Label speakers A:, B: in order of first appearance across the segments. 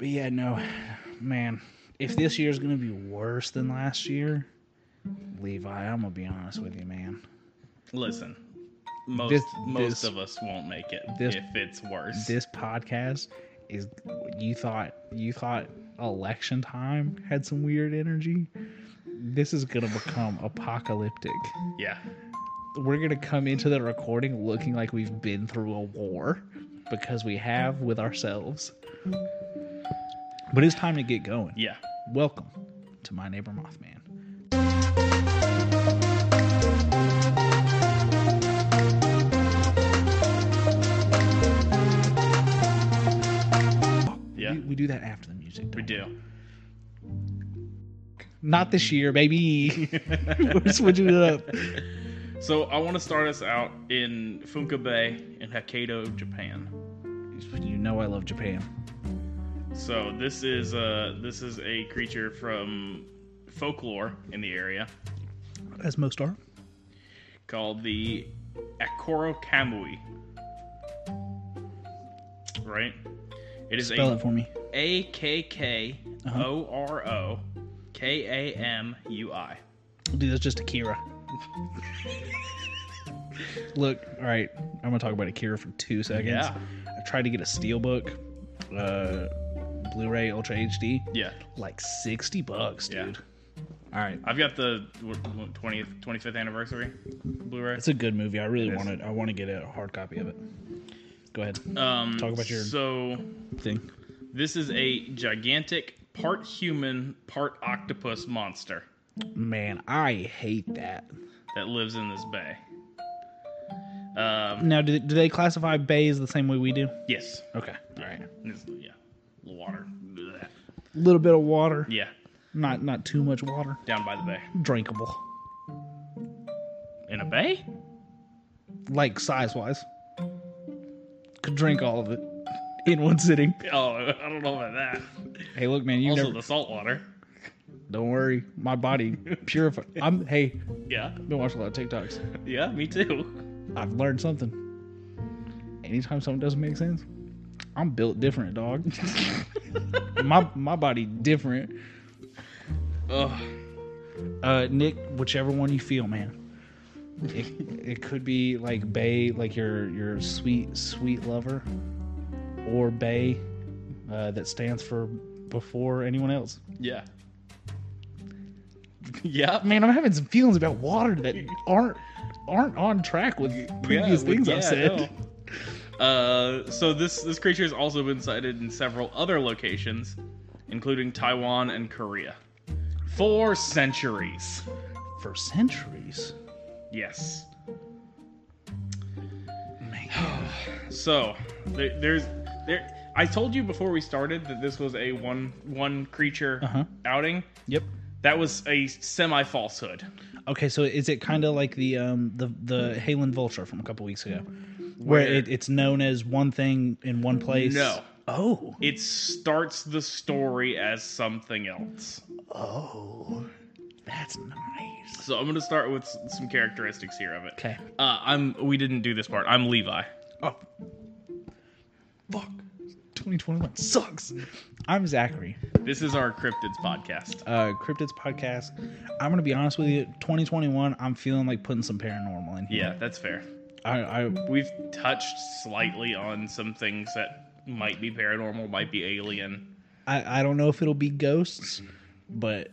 A: yeah, no, man. If this year's gonna be worse than last year, Levi, I'm gonna be honest with you, man.
B: Listen, most
A: This-
B: most
A: this-
B: of us won't make it
A: this-
B: if it's worse.
A: This podcast is you thought you thought election time had some weird energy. This is gonna become apocalyptic.
B: yeah,
A: We're gonna come into the recording looking like we've been through a war because we have with ourselves. But it's time to get going.
B: yeah.
A: Welcome to My Neighbor Mothman.
B: Yeah.
A: We, we do that after the music.
B: We
A: don't
B: do.
A: Not this year, baby. We're switching it up.
B: So I want to start us out in Funkabei in Hokkaido, Japan.
A: You know I love Japan.
B: So this is uh this is a creature from folklore in the area
A: As most are.
B: called the Akoro Kamui. Right? It is
A: Spell
B: a
A: it for me.
B: A K K O R O K A M U I.
A: Dude, that's just Akira. Look, all right, I'm gonna talk about Akira for two seconds.
B: Yeah.
A: I tried to get a steelbook, uh, Blu-ray Ultra HD,
B: Yeah.
A: like sixty bucks,
B: Yeah.
A: dude. All right,
B: I've got the twentieth, twenty fifth anniversary Blu-ray.
A: it's a good movie. I really
B: Yes.
A: want it. I want to get a hard copy of it. Go ahead,
B: Um,
A: talk about your-
B: so
A: thing.
B: this is a gigantic, part human, part octopus monster
A: Man, I hate that.
B: that lives in this bay. Um,
A: Now, do, do they classify bays the same way we do?
B: yes,
A: Okay, all right.
B: This- yeah, water, Blech.
A: A little bit of water,
B: yeah,
A: not not too much water,
B: down by the bay.
A: drinkable,
B: In a bay?
A: like size wise. Could drink all of it in one sitting.
B: Oh, I don't know about that.
A: Hey, look, man, you
B: also,
A: never.
B: the salt water.
A: Don't worry, my body purified. I'm hey,
B: Yeah,
A: been watching a lot of TikToks.
B: yeah, me too.
A: I've learned something. Anytime something doesn't make sense, I'm built different, dog. my my body different.
B: Ugh.
A: uh, Nick, whichever one you feel, man. It, it could be like Bay, like your your sweet sweet lover, or Bay, uh, that stands for before anyone else.
B: Yeah. yeah.
A: Man, I'm having some feelings about water that aren't aren't on track with previous
B: Yeah,
A: things
B: yeah, I
A: I've said.
B: know. Uh, so this this creature has also been sighted in several other locations, including Taiwan and Korea, for centuries.
A: For centuries,
B: Yes.
A: man,
B: So there, there's there. I told you before we started that this was a one one creature
A: Uh-huh.
B: outing.
A: yep.
B: That was a semi falsehood.
A: Okay, so is it kind of like the um the the Halen Vulture from a couple weeks ago, where,
B: Where-
A: it, it's known as one thing in one place?
B: No.
A: Oh.
B: It starts the story as something else.
A: Oh, that's nice.
B: So I'm gonna start with s- some characteristics here of it.
A: Okay.
B: Uh, I'm. We didn't do this part. I'm Levi.
A: Oh, fuck. 2021 sucks. I'm Zachary.
B: This is our cryptids podcast.
A: Uh, Cryptids podcast. I'm gonna be honest with you. 2021. I'm feeling like putting some paranormal in here.
B: Yeah, that's fair.
A: I, I
B: We've touched slightly on some things that might be paranormal, might be alien.
A: I, I don't know if it'll be ghosts, but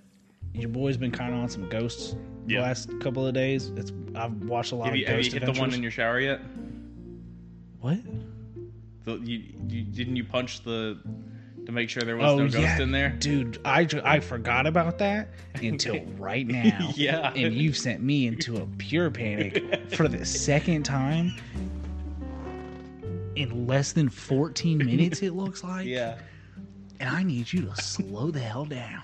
A: your boy's been kind of on some ghosts the
B: Yeah.
A: last couple of days. It's I've watched a lot
B: Have
A: of
B: you, have you
A: ghost
B: hit the one in your shower yet?
A: What?
B: The, you, you didn't you punch the to make sure there was
A: Oh
B: no ghost
A: yeah,
B: in there?
A: dude. I ju- I forgot about that until right now.
B: Yeah.
A: and you've sent me into a pure panic for the second time in less than 14 minutes it looks like
B: Yeah.
A: and i need you to slow the hell down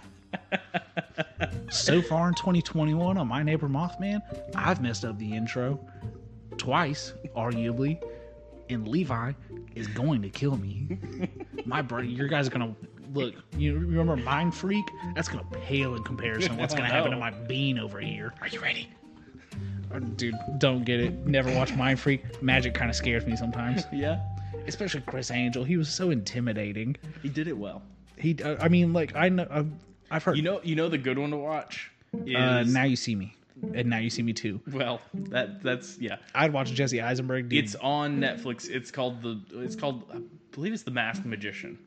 A: so far in 2021 on my neighbor mothman i've messed up the intro twice arguably and levi is going to kill me my brain your guys are gonna look you remember mind freak that's gonna pale in comparison to what's gonna happen to
B: No.
A: my bean over here are you ready dude don't get it never watch mind freak magic kind of scares me sometimes
B: Yeah.
A: especially chris angel he was so intimidating
B: He did it well.
A: He, uh, I I mean, like I know, I've, I've heard.
B: You know, you know the good one to watch is
A: uh, now you see me, and now you see me too.
B: well, that that's yeah.
A: I'd watch Jesse Eisenberg. Dude.
B: It's on Netflix. It's called the. It's called. I believe it's the Masked Magician,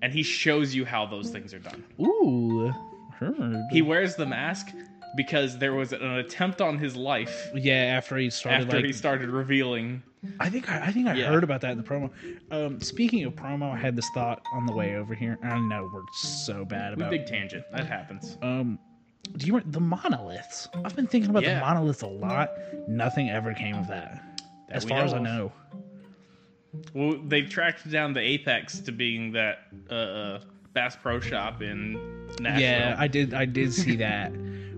B: and he shows you how those things are done.
A: ooh, heard.
B: He wears the mask because there was an attempt on his life
A: yeah, after he started,
B: after
A: like,
B: he started revealing.
A: I think I, I think I
B: Yeah.
A: heard about that in the promo. Um, speaking of promo, I had this thought on the way over here. I know we're so bad about.
B: Big tangent. That happens.
A: um, do you remember the monoliths? I've been thinking about the
B: Yeah.
A: monoliths a lot. Nothing ever came of that,
B: That
A: as
B: we
A: far
B: know
A: as I
B: of.
A: know.
B: Well, they tracked down the apex to being that uh, Bass Pro Shop in Nashville.
A: Yeah, I did. I did see that,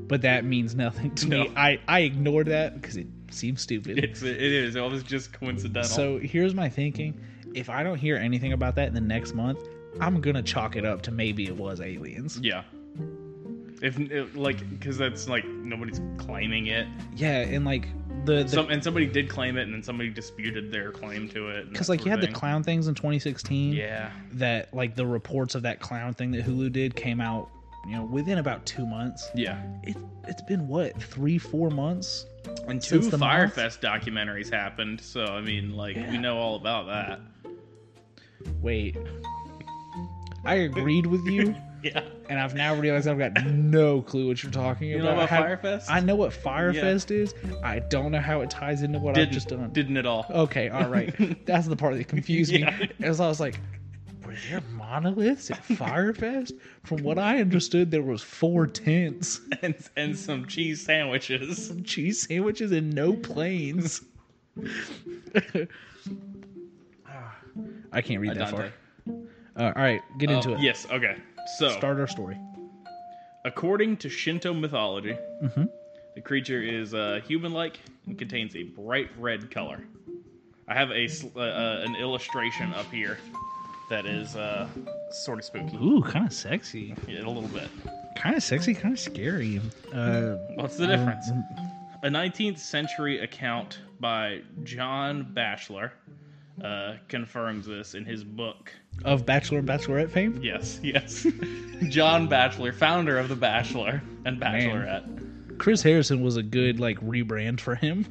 A: but that means nothing to me.
B: No.
A: I I ignored that because it seems stupid.
B: it's it is. It was just coincidental.
A: so here's my thinking: if I don't hear anything about that in the next month, I'm gonna chalk it up to maybe it was aliens.
B: yeah. If it, like, because that's like nobody's claiming it.
A: Yeah, and like the the
B: Some and somebody did claim it, and then somebody disputed their claim to it. and
A: because
B: that
A: like you
B: sort
A: had
B: of
A: the
B: thing.
A: clown things in 2016.
B: Yeah.
A: That like the reports of that clown thing that Hulu did came out, you know, within about two months.
B: Yeah.
A: It it's been what three four months.
B: And two
A: Since the
B: Firefest
A: moth?
B: documentaries happened, so I mean, like, we know all about that.
A: Wait, I agreed with you.
B: Yeah.
A: and I've now realized I've got no clue what you're talking
B: You
A: about.
B: know about
A: I have-
B: Firefest?
A: I know what Firefest is. I don't know how it ties into what
B: didn't,
A: I've just done. Oh.
B: Didn't at all.
A: Okay, all right. That's the part that confused me.
B: Yeah.
A: As I was like, were there monoliths at Firefest? From what I understood, there was four tents,
B: And, and some cheese sandwiches.
A: cheese sandwiches, and no planes. Ah, I can't read that
B: Dante.
A: far. Uh, all right, get into
B: Uh,
A: it.
B: Yes, okay. So,
A: Start our story.
B: according to Shinto mythology,
A: Mm-hmm.
B: the creature is uh, human like and contains a bright red color. I have a sl- uh, uh, an illustration up here that is uh, sort of spooky.
A: Ooh, kind of sexy.
B: Yeah, a little bit.
A: kind of sexy, kind of scary. Uh,
B: What's the difference? A 19th century account by John Batchelor uh, confirms this in his book.
A: of Bachelor and Bachelorette fame.
B: Yes, yes. John Batchelor, founder of The Bachelor and Bachelorette.
A: Chris Harrison was a good like rebrand for him.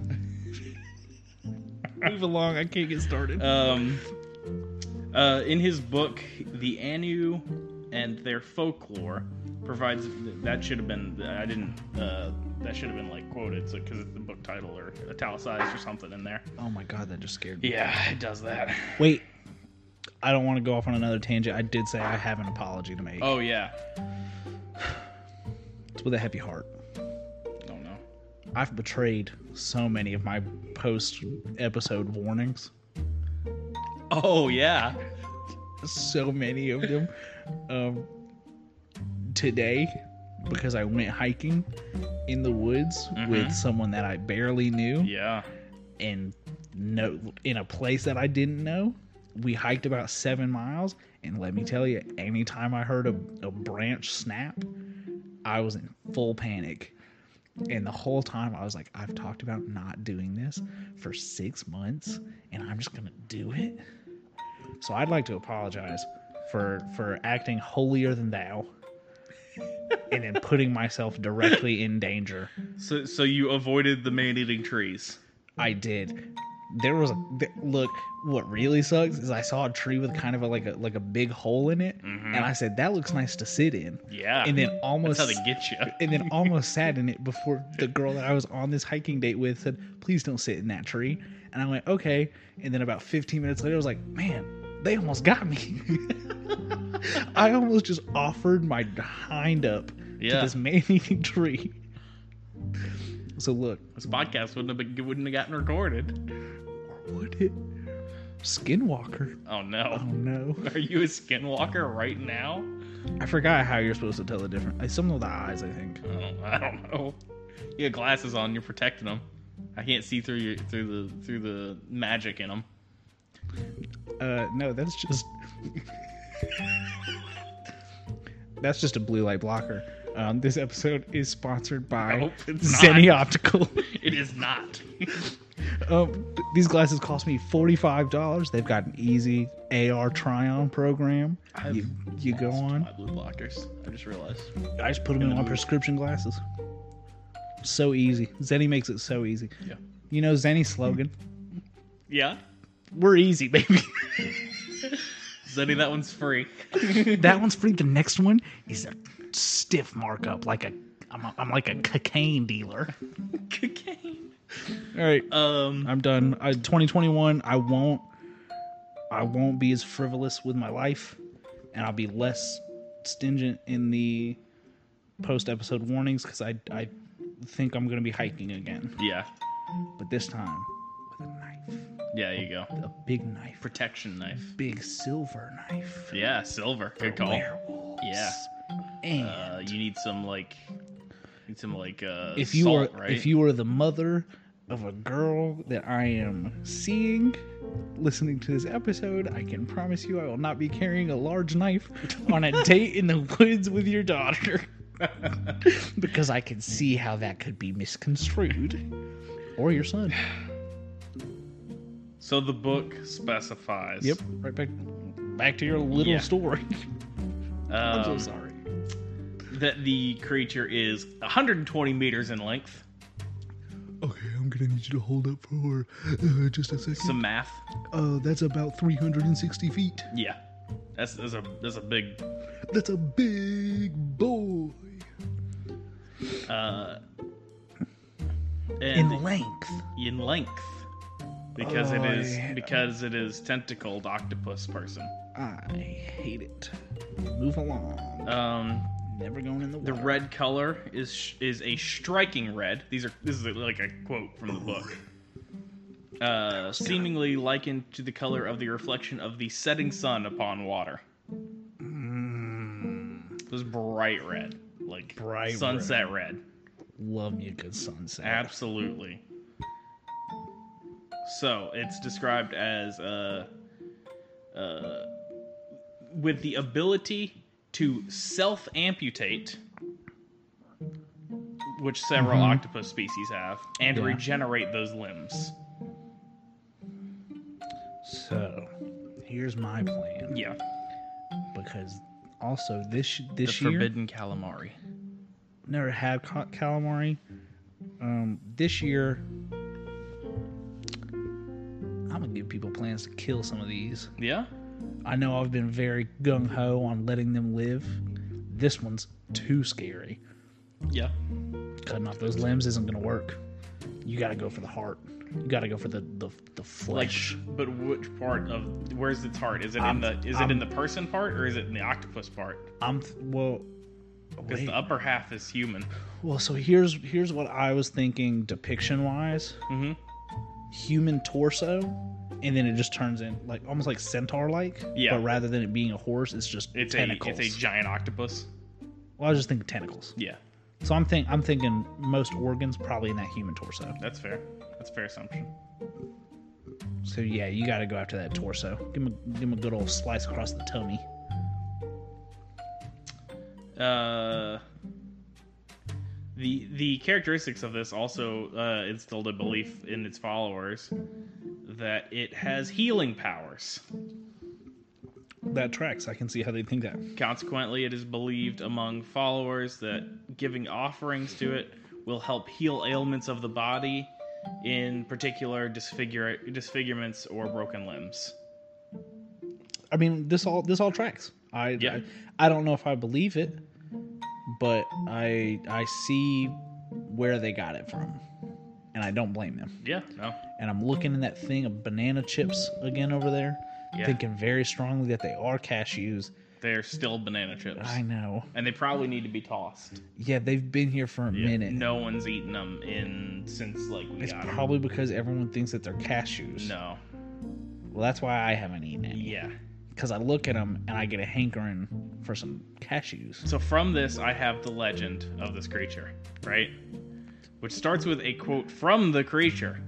A: Move along, I can't get started.
B: Um, uh, in his book, The Anu and Their Folklore provides that should have been I didn't uh, that should have been like quoted so because it's the book title or italicized or something in there.
A: oh my god, that just scared me.
B: Yeah, it does that.
A: Wait, I don't want to go off on another tangent. I did say I have an apology to make.
B: Oh yeah.
A: It's with a heavy heart.
B: Oh no.
A: I've betrayed so many of my post episode warnings.
B: Oh yeah.
A: so many of them um, today because I went hiking in the woods with someone that I barely knew
B: Yeah.
A: and no in a place that I didn't know. We hiked about seven miles, and let me tell you, anytime I heard a, a branch snap, I was in full panic. And the whole time I was like, I've talked about not doing this for six months, and I'm just gonna do it. So I'd like to apologize for for acting holier than thou, and then putting myself directly in danger.
B: So so you avoided the man eating trees.
A: I did. There was a th- look. What really sucks is I saw a tree with kind of a, like a like a big hole in it, and I said that looks nice to sit in,
B: Yeah.
A: and then almost
B: Mm-hmm. Ah, that's how they get you.
A: and then almost sat in it before the girl that I was on this hiking date with said, "Please don't sit in that tree," and I went okay, and then about 15 minutes later, I was like, "Man, they almost got me." I almost just offered my hind up
B: Yeah.
A: to this man-eating tree. So look,
B: This podcast wouldn't have been, wouldn't have gotten recorded.
A: Would it? Skinwalker.
B: Oh no.
A: Oh no.
B: Are you a skinwalker right now?
A: I forgot how you're supposed to tell the difference. It's something with the eyes, I think.
B: I don't, Oh, I don't know. You got glasses on. You're protecting them. I can't see through your through the through the magic in them.
A: Uh, no, that's just. that's just a blue light blocker. Um, this episode is sponsored
B: I
A: by
B: hope it's not.
A: Zenny Optical.
B: It is not.
A: Um, th- these glasses cost me forty-five dollars. They've got an easy AR try-on program.
B: I've
A: You, you go
B: lost
A: on.
B: My blue blockers. I just realized.
A: I just put them in my prescription glasses. So easy. Zenny makes it so easy.
B: Yeah.
A: You know Zenny's slogan:
B: Yeah.
A: "We're easy, baby."
B: Zenny, that one's free.
A: that one's free. The next one is a stiff markup, like a I'm, a, I'm like a cocaine dealer.
B: Cocaine.
A: All right,
B: Um.
A: I'm done. I, 2021, I won't, I won't be as frivolous with my life, and I'll be less stingent in the post episode warnings because I I think I'm gonna be hiking again,
B: Yeah.
A: but this time with a knife,
B: Yeah. You go.
A: a big knife,
B: Protection knife.
A: big silver knife.
B: Yeah. Silver. Good call.
A: Werewolves.
B: Yeah.
A: And
B: Uh, you need some like. Need some like. Uh,
A: if you
B: salt,
A: are
B: right?
A: if you are the mother of a girl that I am seeing listening to this episode, I can promise you I will not be carrying a large knife on a date in the woods with your daughter because I can see how that could be misconstrued or your son.
B: So the book specifies.
A: Yep, right back back to your little
B: Yeah.
A: story. I'm so
B: Um,
A: sorry.
B: that the creature is 120 meters in length.
A: Okay, I'm gonna need you to hold up for uh, just a second.
B: Some math.
A: uh, that's about 360 feet.
B: Yeah. That's that's a that's a big.
A: That's a big boy.
B: Uh, and
A: In length.
B: in length because
A: Oh,
B: it is
A: yeah.
B: because it is tentacled octopus person.
A: I hate it. Move along.
B: Um,
A: Never going in the
B: the
A: water.
B: red color is is a striking red. These are this is like a quote from the book. Uh, seemingly likened to the color of the reflection of the setting sun upon water. It was bright red, like
A: Bright
B: sunset red.
A: Love me a good sunset.
B: Absolutely. So it's described as uh, uh, with the ability to self amputate, which several octopus species have, and
A: Yeah.
B: regenerate those limbs.
A: so, here's my plan.
B: Yeah.
A: Because also this
B: The
A: this year
B: forbidden calamari.
A: never had ca- calamari. Um, this year I'm gonna give people plans to kill some of these.
B: Yeah?
A: I know I've been very gung ho on letting them live. This one's too scary.
B: Yeah.
A: cutting off those limbs isn't going to work. You got to go for the heart. You got to go for the the, the
B: Like,
A: flesh.
B: but which part of where's its heart? Is it
A: I'm-
B: in the is
A: I'm-
B: it in the person part or is it in the octopus part?
A: I'm th- well.
B: Because
A: Wait.
B: the upper half is human.
A: Well, so here's here's what I was thinking depiction wise.
B: Mhm.
A: Human torso, and then it just turns in like almost like centaur like.
B: Yeah.
A: But rather than it being a horse, it's just
B: It's
A: tentacles.
B: a it's a giant octopus.
A: well, I was just thinking tentacles.
B: Yeah,
A: So I'm think I'm thinking most organs probably in that human torso.
B: that's fair. That's a fair assumption.
A: So yeah, you got to go after that torso. Give him a, give him a good old slice across the tummy.
B: Uh, the the characteristics of this also uh, instilled a belief in its followers that it has healing powers.
A: That tracks. I can see how they think that.
B: Consequently, it is believed among followers that giving offerings to it will help heal ailments of the body, in particular disfigure disfigurements or broken limbs.
A: I mean, this all this all tracks. I,
B: Yeah.
A: I I don't know if I believe it, but I I see where they got it from, and I don't blame them.
B: Yeah, no,
A: And I'm looking in that thing of banana chips again over there,
B: Yeah.
A: thinking very strongly that they are cashews.
B: they're still banana chips,
A: I know.
B: and they probably need to be tossed.
A: Yeah, they've been here for a
B: Yeah,
A: minute.
B: No one's eaten them in since like we
A: It's
B: got 'em.
A: probably because everyone thinks that they're cashews.
B: No.
A: Well, that's why I haven't eaten any.
B: Yeah.
A: Because I look at them and I get a hankering for some cashews.
B: So from this, I have the legend of this creature, right? Which starts with a quote from the creature,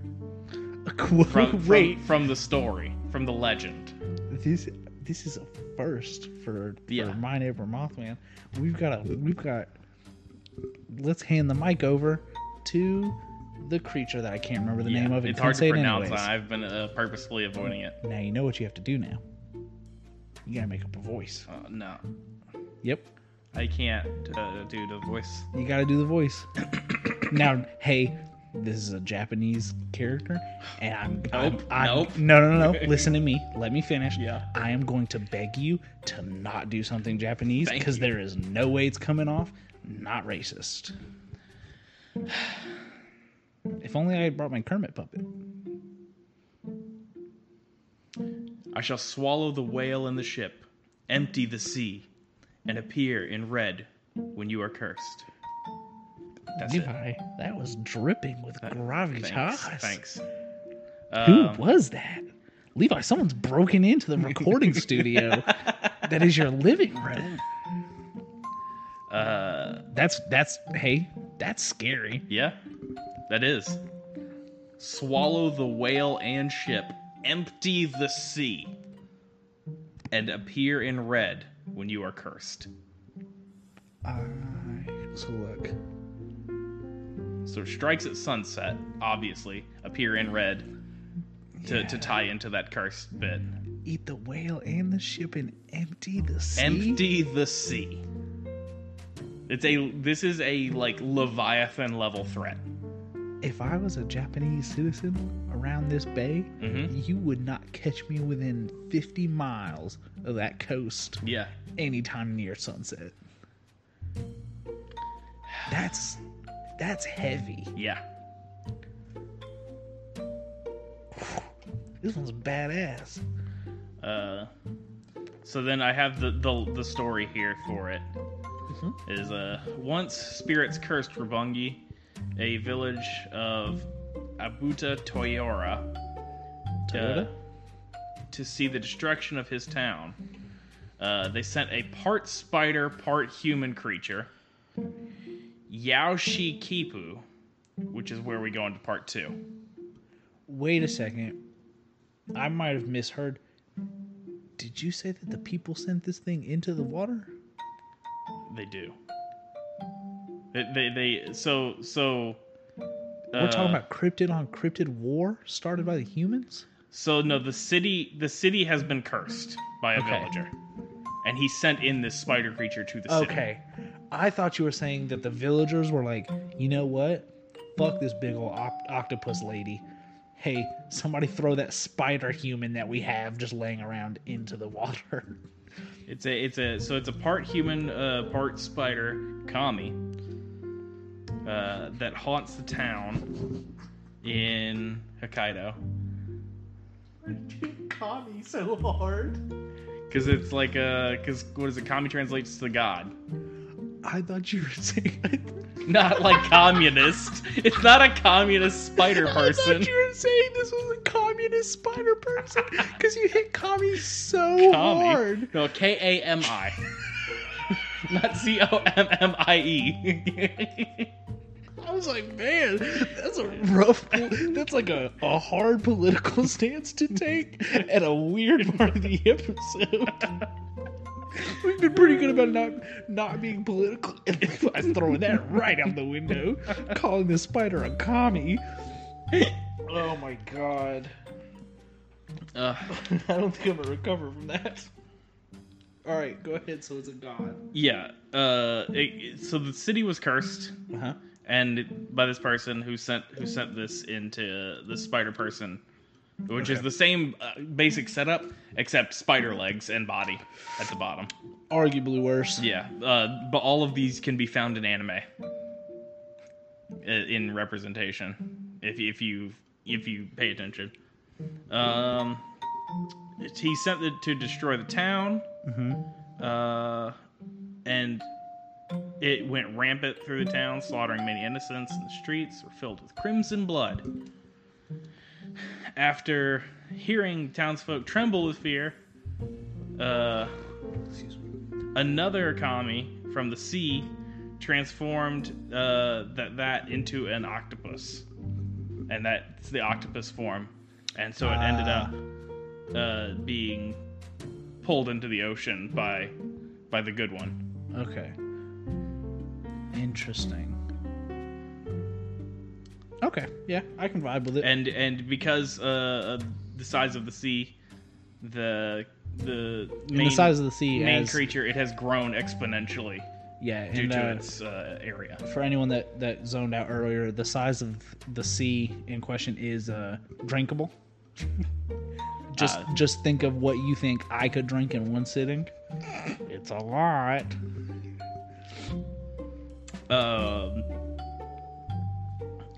B: from from,
A: Wait,
B: from the story, from the legend.
A: this this is a first for, for
B: Yeah.
A: my neighbor Mothman. We've got a we've got let's hand the mic over to the creature that I can't remember the
B: Yeah,
A: name of. It
B: it's
A: Couldn't
B: hard
A: say
B: to
A: it
B: pronounce. and
A: anyways.
B: I've been uh, purposefully avoiding it.
A: Now you know what you have to do. Now you gotta make up a voice.
B: Uh, no,
A: Yep,
B: I can't uh, do the voice.
A: you gotta do the voice. now, hey, this is a Japanese character, and I'm
B: Nope,
A: I'm, I'm-
B: nope.
A: No, no, no, no. Listen to me. Let me finish.
B: Yeah.
A: I am going to beg you to not do something Japanese
B: Thank
A: because
B: you.
A: there is no way it's coming off. Not racist. If only I had brought my Kermit puppet.
B: I shall swallow the whale and the ship, empty the sea, and appear in red when you are cursed. That's it.
A: Levi, that was dripping with gravitas.
B: Thanks. Thanks.
A: Who
B: Um,
A: was that? Levi, someone's broken into the recording studio that is your living room.
B: uh,
A: That's that's hey, that's scary.
B: yeah, that is. Swallow the whale and ship, empty the sea, and appear in red when you are cursed.
A: Uh, so look.
B: So strikes at sunset, obviously, appear in red to, to tie into that cursed bit.
A: Eat the whale and the ship and empty the sea.
B: Empty the sea. It's a this is a like Leviathan level threat.
A: If I was a Japanese citizen around this bay,
B: Mhm.
A: you would not catch me within 50 miles of that coast
B: Yeah.
A: anytime near sunset. That's that's heavy.
B: Yeah.
A: This one's badass.
B: Uh so then I have the the, the story here for it. Is uh once spirits cursed Rubungi, a village of Abuta Toyora uh,
A: Toyota?
B: to see the destruction of his town. Uh, they sent a part spider, part human creature, Yaoshi Kipu, which is where we go into part two.
A: Wait a second. I might have misheard. Did you say that the people sent this thing into the water?
B: They do. They, they, they so, so. uh,
A: We're talking about cryptid on cryptid war started by the humans?
B: So no, the city, the city has been cursed by a
A: Okay.
B: villager, and he sent in this spider creature to the city.
A: Okay. I thought you were saying that the villagers were like, you know what? Fuck this big old op- octopus lady. Hey, somebody throw that spider human that we have just laying around into the water.
B: It's a it's a so it's a part human, uh, part spider kami uh, that haunts the town in Hokkaido
A: Connie so hard.
B: because it's like a because what is it? Kami translates to god,
A: I thought you were saying.
B: not like communist. It's not a communist spider
A: I
B: person.
A: thought you were saying this was a communist spider person because you hit Kami so
B: Kami.
A: hard.
B: No, K A M I. Not C O M M I E.
A: I was like, man, that's a rough. That's like a, a hard political stance to take at a weird part of the episode. We've been pretty good about not not being political. And Levi's throwing that right out the window, calling the spider a commie. Oh my god!
B: Uh,
A: I don't think I'm gonna recover from that. All right, go ahead. So it's a god.
B: yeah. Uh, it- it- so the city was cursed,
A: Uh huh.
B: and by this person who sent who sent this into this spider person, which is
A: Okay.
B: the same uh, basic setup except spider legs and body at the bottom.
A: Arguably worse.
B: Yeah. Uh, but all of these can be found in anime I- in representation if if you if you pay attention. Um, he sent it to destroy the town. Uh, and it went rampant through the town, slaughtering many innocents, and the streets were filled with crimson blood. After hearing townsfolk tremble with fear, uh, another kami from the sea transformed uh, that that into an octopus, and that's the octopus form, and so it ended
A: Ah.
B: up uh, being pulled into the ocean by by the good one.
A: Okay. Interesting. Okay. Yeah, I can vibe with it.
B: and and because uh, of the size of the sea, the the
A: And
B: main,
A: the size of the sea
B: main
A: as
B: creature it has grown exponentially
A: yeah,
B: due
A: and,
B: to
A: uh,
B: its uh, area.
A: for anyone that that zoned out earlier, the size of the sea in question is uh, drinkable. just
B: Uh,
A: just think of what you think I could drink in one sitting. It's a lot.
B: Um,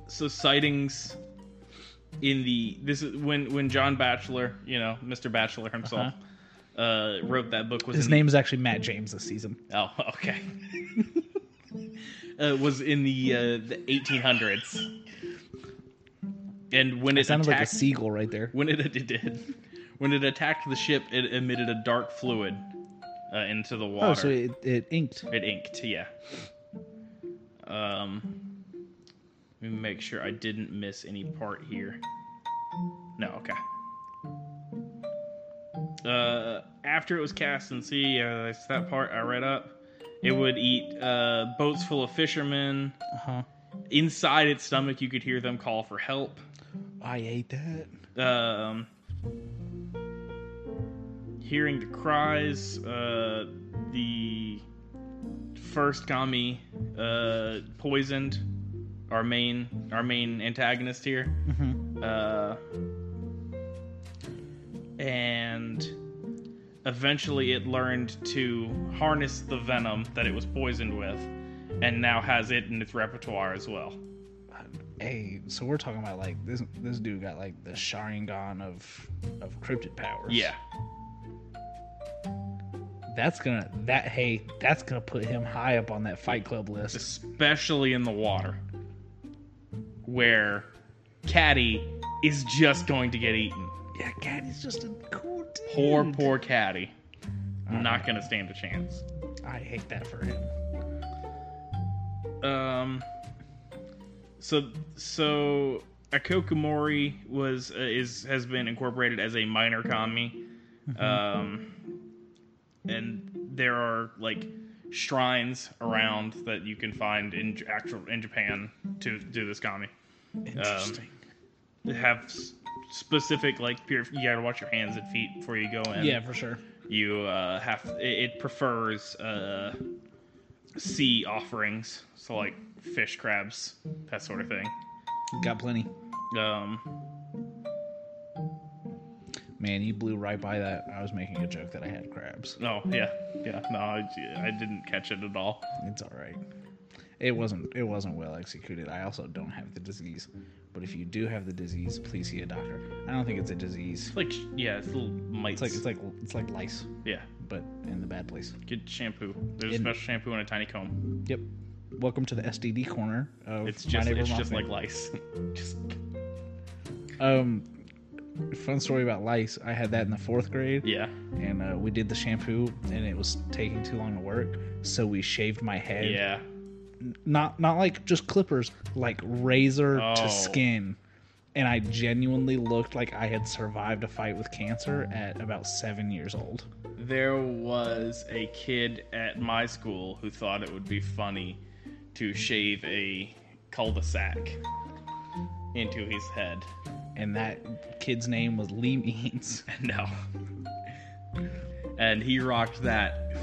B: so sightings in the this is when when John Batchelor, you know, Mr. Batchelor himself, uh wrote that book was
A: Uh-huh. His
B: in
A: name is actually Matt James this season.
B: The, oh, okay. uh, was in the uh, the 1800s. And when
A: It
B: it
A: sounded like a
B: attacked
A: seagull right there.
B: when it, it did when it attacked the ship, it emitted a dark fluid uh, into the water.
A: Oh, so it, it inked.
B: It inked, yeah. Um, let me make sure I didn't miss any part here. No, okay. Uh, after it was cast in sea, uh, that's that part I read up. It would eat uh, boats full of fishermen.
A: Uh-huh.
B: Inside its stomach, you could hear them call for help.
A: I ate that.
B: Um, hearing the cries, uh, the first Kami uh, poisoned our main our main antagonist here,
A: Mm-hmm.
B: uh, and eventually it learned to harness the venom that it was poisoned with, and now has it in its repertoire as well.
A: Hey, so we're talking about like this this dude got like the Sharingan of of cryptid powers.
B: Yeah,
A: That's gonna that hey, that's gonna put him high up on that fight club list.
B: especially in the water, where Caddy is just going to get eaten.
A: Yeah, God, he's just a cool dude.
B: Poor, poor Caddy.
A: Uh-huh.
B: Not going to stand a chance.
A: I hate that for him.
B: Um. So, so Akokomori was uh, is has been incorporated as a minor kami, um, and there are like shrines around that you can find in J- actual in Japan to do this kami.
A: Interesting.
B: They have s- specific like pure, you gotta wash your hands and feet before you go in
A: yeah, for sure.
B: you uh have it- it prefers uh sea offerings so like fish crabs that sort of thing
A: Got plenty.
B: um
A: Man, you blew right by that. I was making a joke that I had crabs.
B: oh yeah yeah no i, I didn't catch it at all
A: It's all right. It wasn't. It wasn't well executed. I also don't have the disease, but if you do have the disease, please see a doctor. I don't think it's a disease.
B: it's like yeah it's little
A: It's
B: mites
A: like it's like it's like lice,
B: yeah
A: but in the bad place.
B: good shampoo there's a
A: In-
B: special shampoo and a tiny comb
A: Yep. Welcome to the STD corner. Of
B: it's
A: My
B: just
A: Neighbor
B: it's just
A: Mothman.
B: like lice just
A: um, fun story about lice. I had that in the fourth grade,
B: yeah
A: and uh, we did the shampoo, and it was taking too long to work, so we shaved my head.
B: yeah
A: not not like just clippers, like razor
B: Oh.
A: to skin. And I genuinely looked like I had survived a fight with cancer at about seven years old.
B: There was a kid at my school who thought it would be funny to shave a cul-de-sac into his head.
A: And that kid's name was Lee Means.
B: No. And he rocked that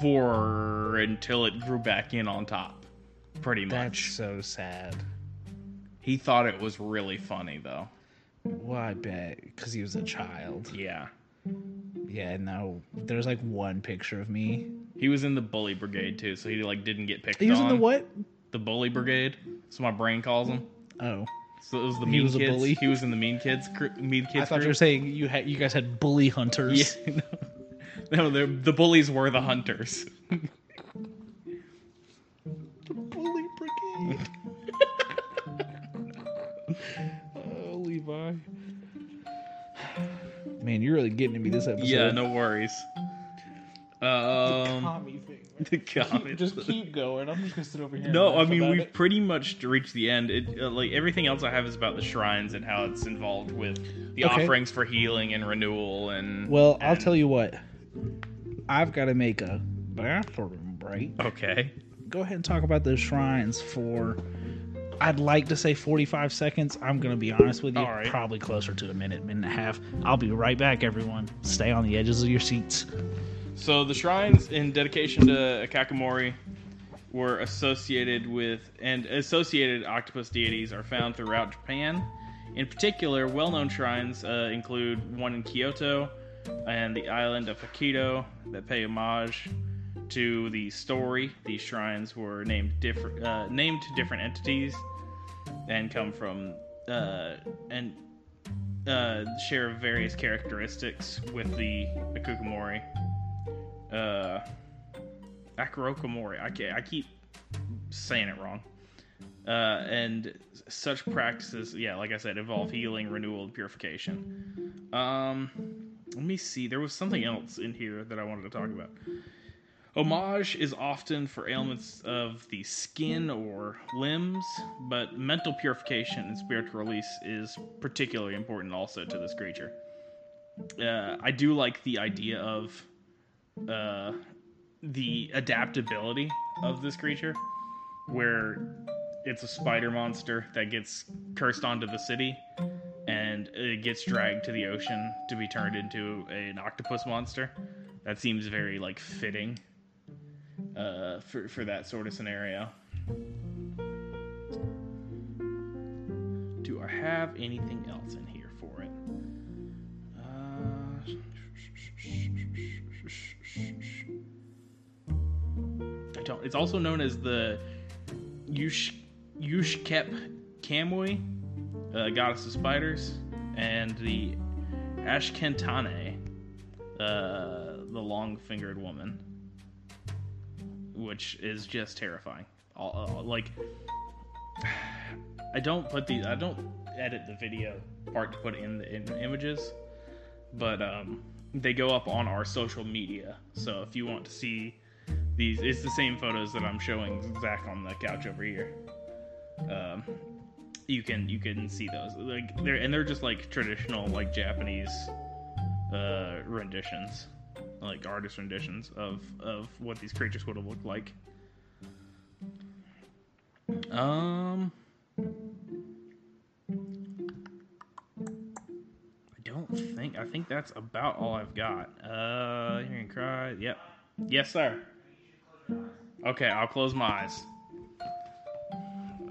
B: for until it grew back in on top. Pretty much.
A: That's so sad.
B: He thought it was really funny though.
A: Well, I bet because he was a child.
B: Yeah.
A: Yeah, no, there's like one picture of me.
B: He was in the bully brigade too, so he like didn't get picked
A: He was in
B: on.
A: the what?
B: The bully brigade. That's what my brain calls him.
A: Oh,
B: So it was the
A: He
B: mean
A: was a
B: kids.
A: bully?
B: He was in the mean kids. Cr- mean kids.
A: I thought
B: group.
A: you were saying you had you guys had bully hunters.
B: Yeah. No, they're- the bullies were the hunters.
A: Bully brigade.
B: Oh, Levi.
A: Man, you're really getting to me this episode.
B: Yeah, no worries. Um,
A: Tommy thing.
B: the comic.
A: keep going. I'm just gonna sit over here. and
B: no, I
A: laugh
B: mean
A: about
B: we've
A: it.
B: pretty much reached the end. It, uh, like everything else I have is about the shrines and how it's involved with the
A: Okay.
B: offerings for healing and renewal and.
A: Well, I'll
B: and-
A: tell you what. I've got to make a bathroom break.
B: Okay.
A: Go ahead and talk about those shrines for I'd like to say 45 seconds. I'm going to be honest with you.
B: All right.
A: Probably closer to a minute, minute and a half. I'll be right back, everyone. Stay on the edges of your seats.
B: So the shrines in dedication to Akakamori were associated with and associated octopus deities are found throughout Japan. In particular, well-known shrines uh, include one in Kyoto and the island of Hokkaido that pay homage to the story. These shrines were named different uh, named different entities and come from uh, and uh, share various characteristics with the Akukamori uh, Akarokomori. I, ca- I keep saying it wrong. Uh, and such practices, yeah, like I said, involve healing, renewal, and purification. Um, let me see. There was something else in here that I wanted to talk about. Homage is often for ailments of the skin or limbs, but mental purification and spiritual release is particularly important also to this creature. Uh, I do like the idea of uh, the adaptability of this creature, where it's a spider monster that gets cursed onto the city and it gets dragged to the ocean to be turned into an octopus monster. That seems very like fitting uh, for for that sort of scenario. Do I have anything else in here for it? I don't. It's also known as the Yush Yushkep Kamui, uh, goddess of spiders, and the Ashkentane, uh, the long-fingered woman, which is just terrifying. All, uh, like, I don't put the I don't edit the video part to put in the in the images but um, they go up on our social media. So if you want to see these, it's the same photos that I'm showing Zach on the couch over here. Um, you can you can see those like they're and they're just like traditional like Japanese uh, renditions, like artist renditions of of what these creatures would have looked like. Um. I don't think. I think that's about all I've got. Uh, you can cry. Yep. Yes, sir. Okay, I'll close my eyes.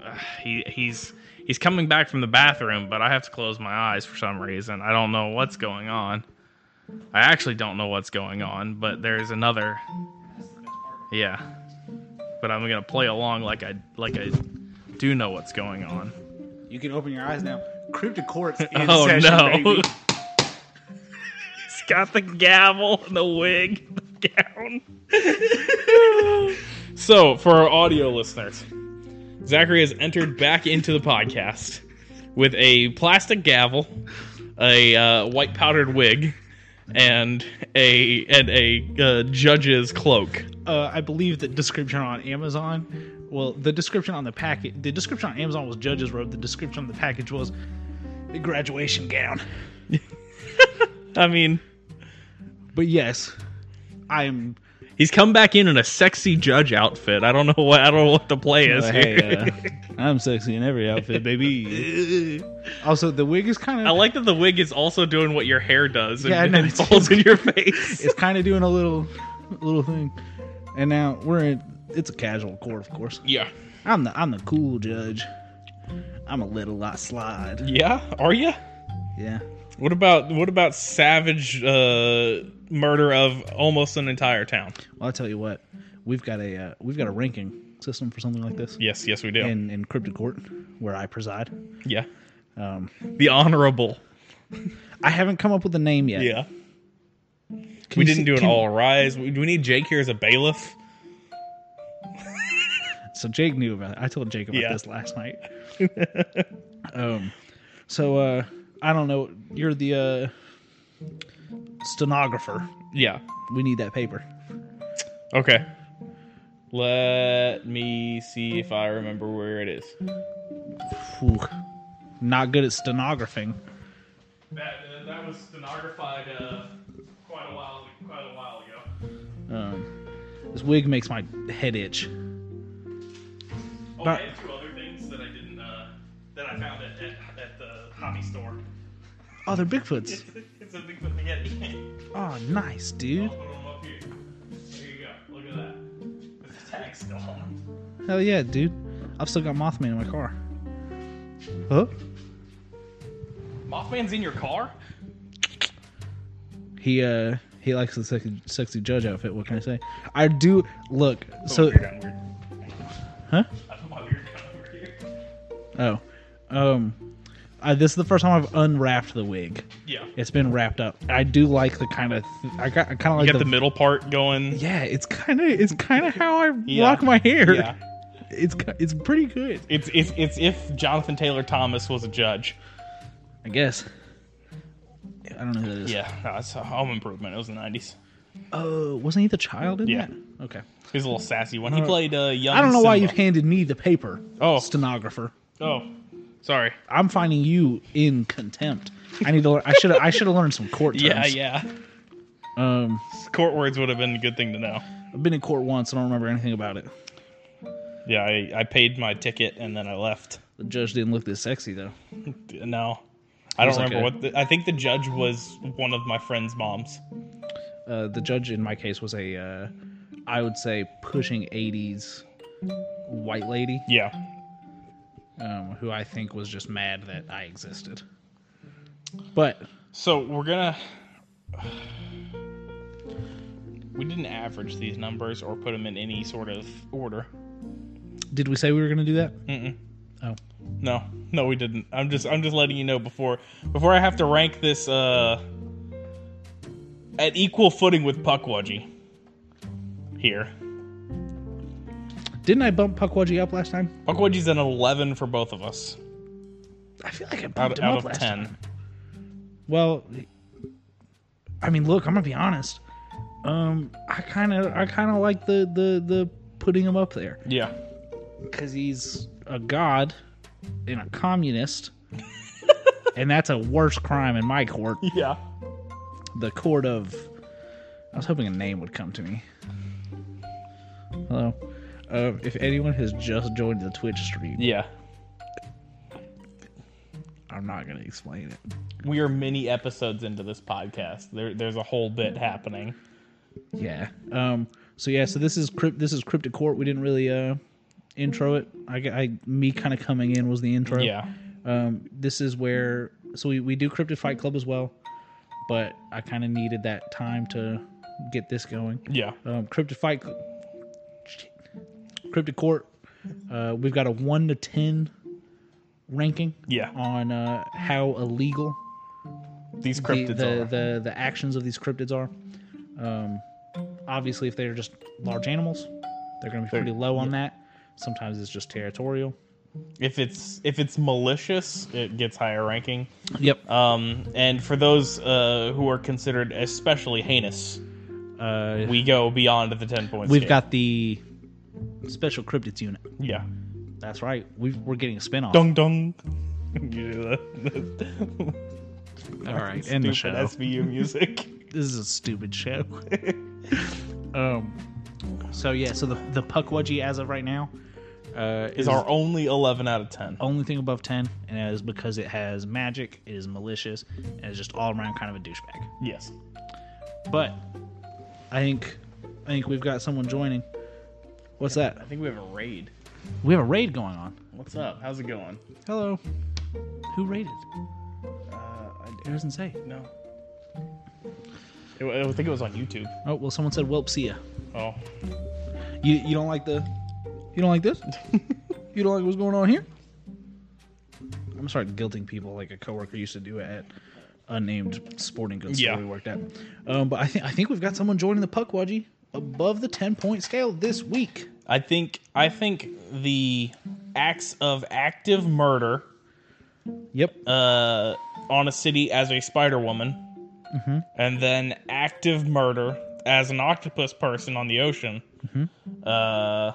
B: Uh, he he's he's coming back from the bathroom, but I have to close my eyes for some reason. I don't know what's going on. I actually don't know what's going on, but there's another. Yeah, but I'm gonna play along like I like I do know what's going on.
A: You can open your eyes now. Cryptic Court's in
B: oh
A: session,
B: no!
A: baby.
B: He's got the gavel, and the wig, the gown. so, for our audio listeners, Zachary has entered back into the podcast with a plastic gavel, a uh, white powdered wig, and a and a uh, judge's cloak.
A: uh, I believe the description on Amazon. Well, the description on the packet, the description on Amazon was judge's robe. The description on the package was a graduation gown.
B: I mean,
A: But yes, I am.
B: he's come back in in a sexy judge outfit. I don't know what I don't know what the play is here.
A: uh, I'm sexy in every outfit, baby. also, the wig is kind
B: I
A: of
B: like that the wig is also doing what your hair does and,
A: Yeah, I know,
B: and
A: it's-
B: falls in your face.
A: it's kind of doing a little little thing. And now we're in. It's a casual court, of course.
B: yeah.
A: I'm the I'm the cool judge. I'm a little lot slide.
B: Yeah, are you?
A: Yeah.
B: What about what about savage uh murder of almost an entire town?
A: Well, I'll tell you what. We've got a uh, we've got a ranking system for something like this.
B: Yes, yes we do.
A: in in cryptic court where I preside.
B: yeah.
A: um,
B: the honorable.
A: I haven't come up with a name yet.
B: Yeah.
A: Can
B: We
A: you
B: didn't
A: see-
B: do an
A: can-
B: all rise. We, do we need Jake here as a bailiff?
A: So Jake knew about it. I told Jake about
B: Yeah.
A: this last night. um, so uh, I don't know. You're the uh, stenographer.
B: Yeah.
A: We need that paper.
B: Okay. Let me see if I remember where it is.
A: Phew. Not good at stenographing.
B: That uh, that was stenographed uh, quite a while quite a while ago.
A: Um, this wig makes my head itch.
B: Oh,
A: But-
B: I have two Oh, other things that I didn't uh,
A: Oh, they're Bigfoots.
B: it's a Bigfoot spaghetti.
A: Oh, nice, dude.
B: I'll put 'em up here. There you go. Look at that. With the tag still on.
A: Hell yeah, dude. I've still got Mothman in my car. Huh?
B: Mothman's in your car?
A: He uh he likes the sexy, sexy judge outfit. What can I say? I do look. So
B: Weird, I'm weird.
A: Uh, huh?
B: I put my weird down over here.
A: Oh, um, I, this is the first time I've unwrapped the wig.
B: Yeah.
A: It's been wrapped up. I do like the kind of th- I got I kind of like
B: You got the middle part going.
A: yeah. It's kind of it's kind of how I
B: Yeah.
A: lock my hair.
B: Yeah.
A: It's ki- it's pretty good.
B: It's it's it's if Jonathan Taylor Thomas was a judge.
A: I guess. I don't know who that is.
B: Yeah, that's Uh, a home improvement. It was the nineties.
A: Oh, wasn't he the child in
B: Yeah.
A: that? Okay.
B: He was a little sassy one. He played uh, young.
A: I don't know why
B: Simba.
A: you've handed me the paper,
B: Oh.
A: stenographer.
B: Oh, sorry.
A: I'm finding you in contempt. I need to. Learn, I should. I should have learned some court terms.
B: Yeah, yeah.
A: Um,
B: Court words would have been a good thing to know.
A: I've been in court once. I don't remember anything about it.
B: Yeah, I, I paid my ticket and then I left.
A: The judge didn't look this sexy though.
B: No, I don't
A: was like
B: remember
A: a-
B: what. The, I think the judge was one of my friend's moms.
A: Uh, the judge in my case was a, uh, I would say pushing 80s white lady,
B: Yeah,
A: um, who I think was just mad that I existed. But
B: So we're gonna. We didn't average these numbers or put them in any sort of order.
A: did we say we were going to do that?
B: Mm-mm.
A: Oh,
B: No, no, we didn't. I'm just, I'm just letting you know before, before I have to rank this uh, at equal footing with Puckwudgie. Here,
A: didn't I bump Puckwudgie up last time?
B: Puckwudgie's an 11 for both of us
A: I feel like I bumped him up
B: out, out of
A: last
B: 10.
A: time. Well, I mean, look, I'm gonna be honest. Um, I kind of, I kind of like the the the putting him up there
B: Yeah,
A: because he's a god and a communist, and that's a worse crime in my court,
B: yeah.
A: the court of. I was hoping a name would come to me. Hello. Uh, if anyone has just joined the Twitch stream,
B: Yeah,
A: I'm not gonna explain it.
B: we are many episodes into this podcast. There, there's a whole bit happening.
A: Yeah. Um. So yeah. So this is crypt. This is cryptic court. We didn't really uh intro it. I, I me kind of coming in was the intro.
B: Yeah,
A: Um. This is where. So we we do cryptid fight club as well, but I kind of needed that time to get this going.
B: yeah.
A: Um. Cryptid fight. Cl- shit. Cryptid court. Uh. We've got a one to ten ranking
B: Yeah,
A: on uh how illegal
B: these
A: the
B: cryptids
A: the,
B: are.
A: the the actions of these cryptids are. Um, obviously, if they're just large animals, they're going to be pretty low on that. Sometimes it's just territorial.
B: if it's if it's malicious, it gets higher ranking.
A: Yep.
B: Um, and for those uh, who are considered especially heinous,
A: Uh,
B: we go beyond the ten points.
A: we've got the special cryptids unit.
B: yeah,
A: That's right. We've, we're getting a spinoff.
B: dung dung. You do that.
A: All right, end the show.
B: Stupid SVU music.
A: This is a stupid show. um. So yeah, so the the puckwudgie as of right now uh,
B: is our only eleven out of ten.
A: only thing above ten, and that is because it has magic, it is malicious, and it's just all around kind of a douchebag.
B: Yes.
A: But I think I think we've got someone joining. What's that?
B: I think we have a raid.
A: We have a raid going on.
B: What's up? How's it going?
A: Hello. Who raided?
B: Uh, I
A: It doesn't say.
B: no. I think it was on YouTube.
A: Oh well, someone said "Welp, see ya."
B: Oh,
A: You you don't like the you don't like this? you don't like what's going on here? I'm gonna start guilting people like a coworker used to do at unnamed sporting goods
B: Yeah.
A: store we worked at. Um, but I think I think we've got someone joining the Puckwudgie above the ten point scale this week.
B: I think I think the acts of active murder
A: Yep.
B: uh, on a city as a Spider Woman, and then active murder as an octopus person on the ocean, uh,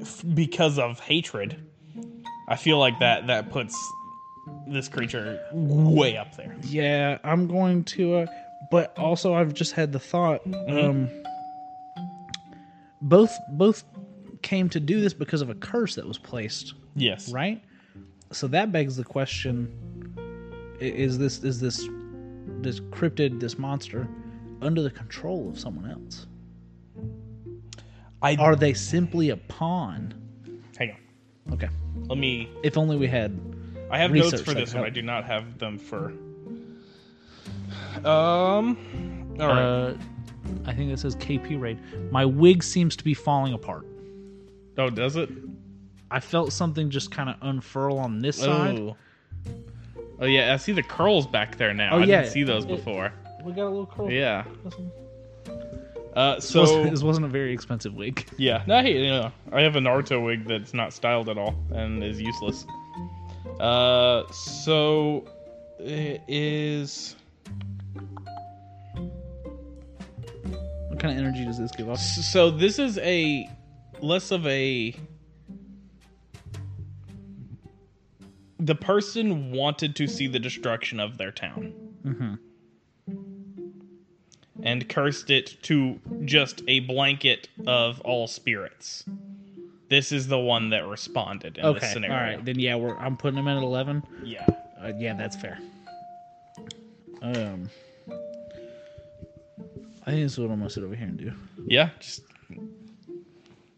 B: f- because of hatred. I feel like that that puts this creature way up there.
A: Yeah, I'm going to. Uh, but also, I've just had the thought.
B: Mm-hmm.
A: Um, both both came to do this because of a curse that was placed,
B: Yes,
A: right? So that begs the question: i- Is this is this this cryptid, this monster, under the control of someone else?
B: I-
A: Are they simply a pawn?
B: Hang on.
A: Okay.
B: Let me.
A: If only we had.
B: I have notes
A: Research
B: for
A: that
B: this
A: help.
B: one. I do not have them for. Um. All right.
A: Uh, I think this says KP raid. My wig seems to be falling apart.
B: oh, does it?
A: I felt something just kind of unfurl on this side.
B: Oh. Oh yeah, I see the curls back there now.
A: Oh,
B: I
A: yeah.
B: didn't see those
A: It-
B: before.
A: We got a little curl.
B: Yeah.
A: This one.
B: Uh,
A: This wasn't-
B: so
A: this wasn't a very expensive wig.
B: yeah, no, hey, you know, I have a Naruto wig that's not styled at all and is useless. Uh, so it is
A: What kind of energy does this give off?
B: so this is a less of a the person wanted to see the destruction of their town
A: Mhm.
B: and cursed it to just a blanket of all spirits this is the one that responded in this
A: Okay, all
B: scenario
A: right, then yeah, we're I'm putting him in at eleven.
B: yeah
A: Uh, yeah, that's fair. Um, I think this is what I'm gonna sit over here and do.
B: yeah just,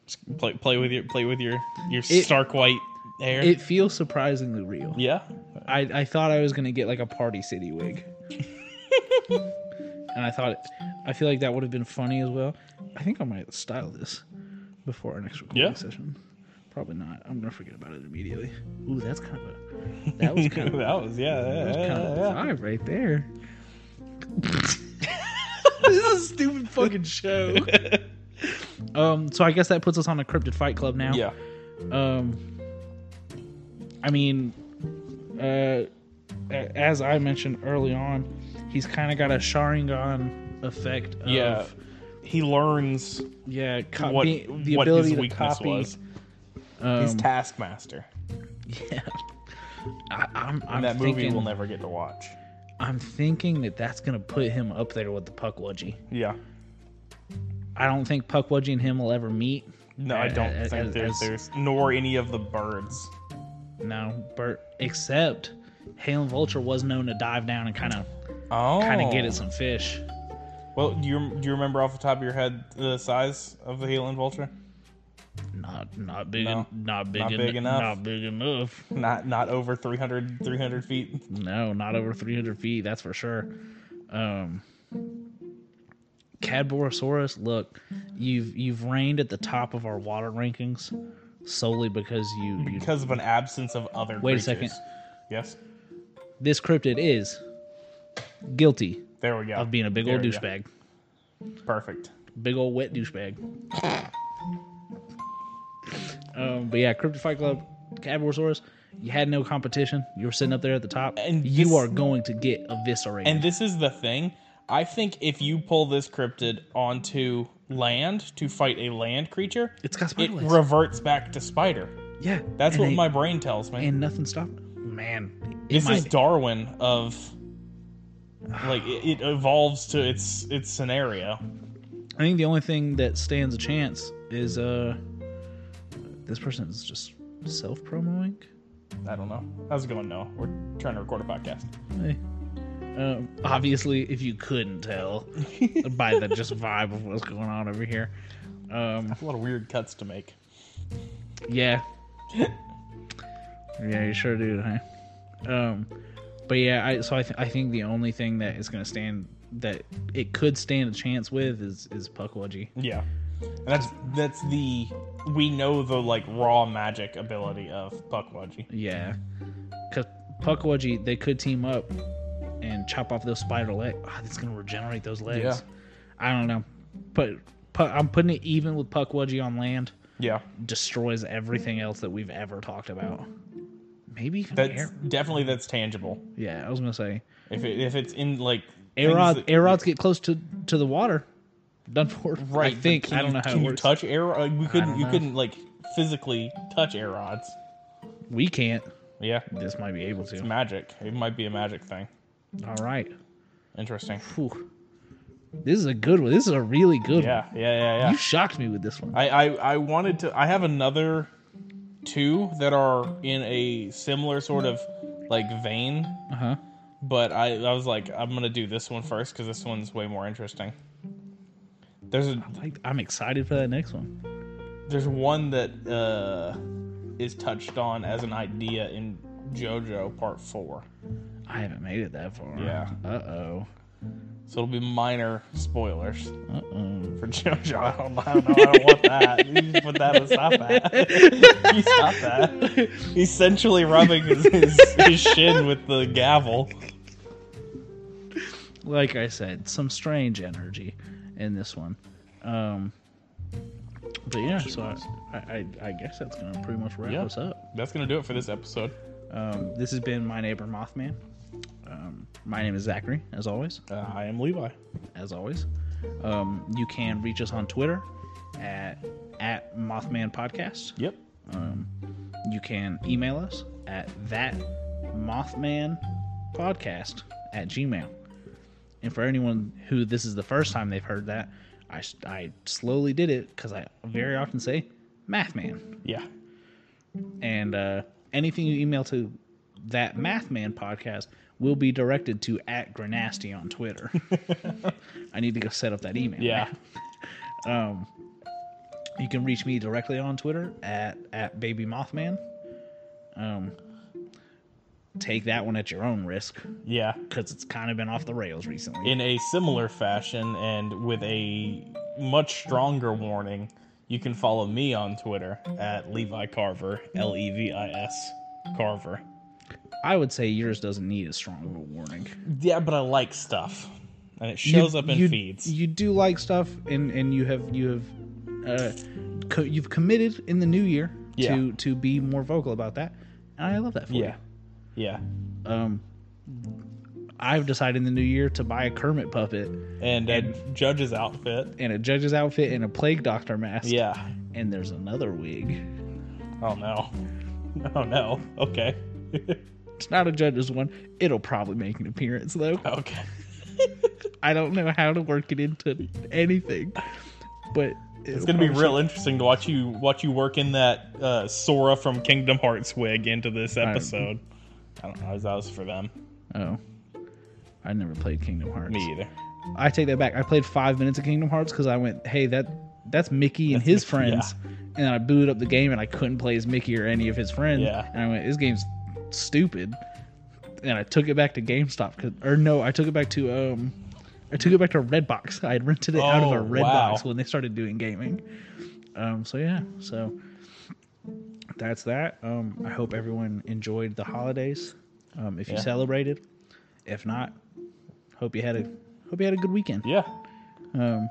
B: just play play with your play with your your
A: It-
B: stark white hair
A: It feels surprisingly real.
B: yeah
A: I, I thought I was gonna get like a party city wig, and I thought I feel like that would have been funny as well. I think I might style this before our next recording
B: Yeah.
A: session. Probably not. I'm gonna forget about it immediately. Ooh, that's kind of a that was kind of
B: that was yeah, yeah,
A: That's
B: yeah,
A: kind of
B: yeah.
A: the vibe right there. this is a stupid fucking show. um, so I guess that puts us on a cryptid fight club now.
B: Yeah.
A: Um, I mean, uh, a- as I mentioned early on, he's kind of got a Sharingan effect. Of,
B: Yeah. Uh, He learns
A: yeah. Co-
B: what,
A: be- the
B: what
A: ability
B: his
A: to
B: weakness
A: copy.
B: was.
A: Um,
B: He's Taskmaster.
A: yeah. I, I'm, I'm
B: And that
A: thinking,
B: movie we'll never get to watch.
A: I'm thinking that that's gonna put him up there with the Puckwudgie.
B: Yeah.
A: I don't think Puckwudgie and him will ever meet.
B: No, I don't
A: Uh, As-
B: think
A: as-
B: there's,
A: as-
B: there's nor any of the birds.
A: No, Bert. Except Halen Vulture was known to dive down and kind of
B: Oh.
A: kind of get at some fish.
B: Well, do you do you remember off the top of your head the size of the Halen vulture?
A: Not not big
B: No.
A: en- not big,
B: Not
A: en-
B: big enough.
A: not big enough.
B: Not not over 300, 300 feet.
A: No, not over 300 feet. That's for sure. Um, Cadborosaurus, look, you've you've reigned at the top of our water rankings solely because you, you
B: Because of an absence of other
A: Wait a
B: creatures.
A: second.
B: Yes.
A: this cryptid is guilty
B: There we go.
A: of being a big
B: There
A: old
B: we go.
A: douchebag,
B: Perfect.
A: big old wet douchebag. um, but yeah, Cryptid Fight Club, Cadborosaurus. You had no competition. You were sitting up there at the top,
B: And
A: you
B: this-
A: are going to get eviscerated.
B: And this is the thing. I think if you pull this cryptid onto land to fight a land creature,
A: it's got
B: it
A: spider legs.
B: reverts back to spider.
A: yeah,
B: That's
A: and
B: what
A: they-
B: my brain tells me.
A: and nothing stopped. Man, it
B: This
A: might,
B: is Darwin of like it, it evolves to its its scenario.
A: I think the only thing that stands a chance is uh, this person is just self promoting.
B: I don't know. How's it going, Noah? We're trying to record a podcast.
A: Hey. Um, obviously, if you couldn't tell by the just vibe of what's going on over here, um,
B: A lot of weird cuts to make.
A: yeah, yeah, you sure do, huh? Um, but yeah, I, so I, th- I think the only thing that is going to stand that it could stand a chance with is is Puckwudgie.
B: Yeah. And that's that's the we know the like raw magic ability of Puckwudgie.
A: Yeah, because Puckwudgie, they could team up and chop off those spider legs. Ah, that's gonna regenerate those legs.
B: Yeah.
A: I don't know, but Pu- I'm putting it even with Puckwudgie on land.
B: Yeah.
A: Destroys everything else that we've ever talked about. Maybe even
B: That's
A: air.
B: definitely that's tangible.
A: Yeah, I was gonna say
B: If it, if it's in like things
A: Arod.
B: that-
A: Arods get close to to the water. Done for.
B: right?
A: I
B: but
A: think
B: can
A: I don't
B: you-
A: know how
B: can
A: it
B: you
A: works.
B: touch air. uh, We couldn't.
A: don't
B: You
A: know.
B: couldn't like physically touch air rods.
A: we can't.
B: Yeah,
A: This might be able to.
B: magic. It might be a magic thing.
A: All right.
B: Interesting.
A: Phew. This is a good one. This is a really good
B: Yeah, yeah, yeah,
A: one.
B: yeah.
A: You shocked me with this one.
B: I, I I wanted to. I have another two that are in a similar sort of like vein,
A: Uh huh.
B: But I, I was like, I'm gonna do this one first because this one's way more interesting. There's a
A: Like, I'm excited for that next one.
B: there's one that uh, is touched on as an idea in JoJo Part Four,
A: I haven't made it that far.
B: Yeah.
A: Uh oh.
B: so it'll be minor spoilers
A: Uh oh.
B: for JoJo. I don't, I don't know. I don't want that. You just put that and stop that. You stop that. Essentially rubbing his, his, his shin with the gavel.
A: Like I said, some strange energy in this one. Um, but yeah, so I, I, I- I guess that's gonna pretty much wrap
B: Yeah.
A: us up.
B: That's gonna do it for this episode.
A: Um, this has been my neighbor Mothman. Um, my name is Zachary, as always.
B: Uh, I am Levi.
A: as always. Um, you can reach us on Twitter at at Mothman Podcast.
B: Yep.
A: You can email us at that Mothman Podcast at Gmail. And for anyone who this is the first time they've heard that, I, s- I slowly did it because I very often say Mathman.
B: Yeah.
A: And uh, anything you email to that Mathman Podcast will be directed to at Granasty on Twitter. I need to go set up that email.
B: Yeah.
A: You can reach me directly on Twitter at at baby mothman. Um, take that one at your own risk
B: Yeah.
A: because it's kind of been off the rails recently.
B: In a similar fashion and with a much stronger warning, you can follow me on Twitter at Levi Carver, L E V I S Carver.
A: I would say yours doesn't need as strong of a warning.
B: Yeah, but I like stuff. And it shows
A: You-
B: up in
A: you-
B: feeds.
A: You do like stuff, and and you have you have uh, co- you've committed in the new year
B: Yeah.
A: to to be more vocal about that. And I love that for you. Um,
B: yeah. Yeah.
A: I've decided in the new year to buy a Kermit puppet
B: And uh, Judge's outfit.
A: and a judge's outfit and a plague doctor mask.
B: Yeah.
A: And there's another wig.
B: Oh no. Oh no. Okay.
A: It's not a judge's one. It'll probably make an appearance though.
B: okay.
A: I don't know how to work it into anything, but
B: It's gonna be real interesting to watch you watch you work in that uh, Sora from Kingdom Hearts wig into this episode. I don't know. That was for them.
A: Oh, I never played Kingdom Hearts.
B: Me either.
A: I take that back. I played five minutes of Kingdom Hearts because I went, "Hey, that that's Mickey and his friends," and I booted up the game and I couldn't play as Mickey or any of his friends.
B: Yeah.
A: And I went, "This game's stupid," and I took it back to GameStop 'cause- or no, I took it back to um, I took it back to Redbox. I had rented it out of a
B: Oh,
A: Redbox
B: wow.
A: when they started doing gaming. Um, so yeah, so that's that. Um, I hope everyone enjoyed the holidays. Um, if you
B: Yeah.
A: celebrated, if not, hope you had a hope you had a good weekend.
B: Yeah. We're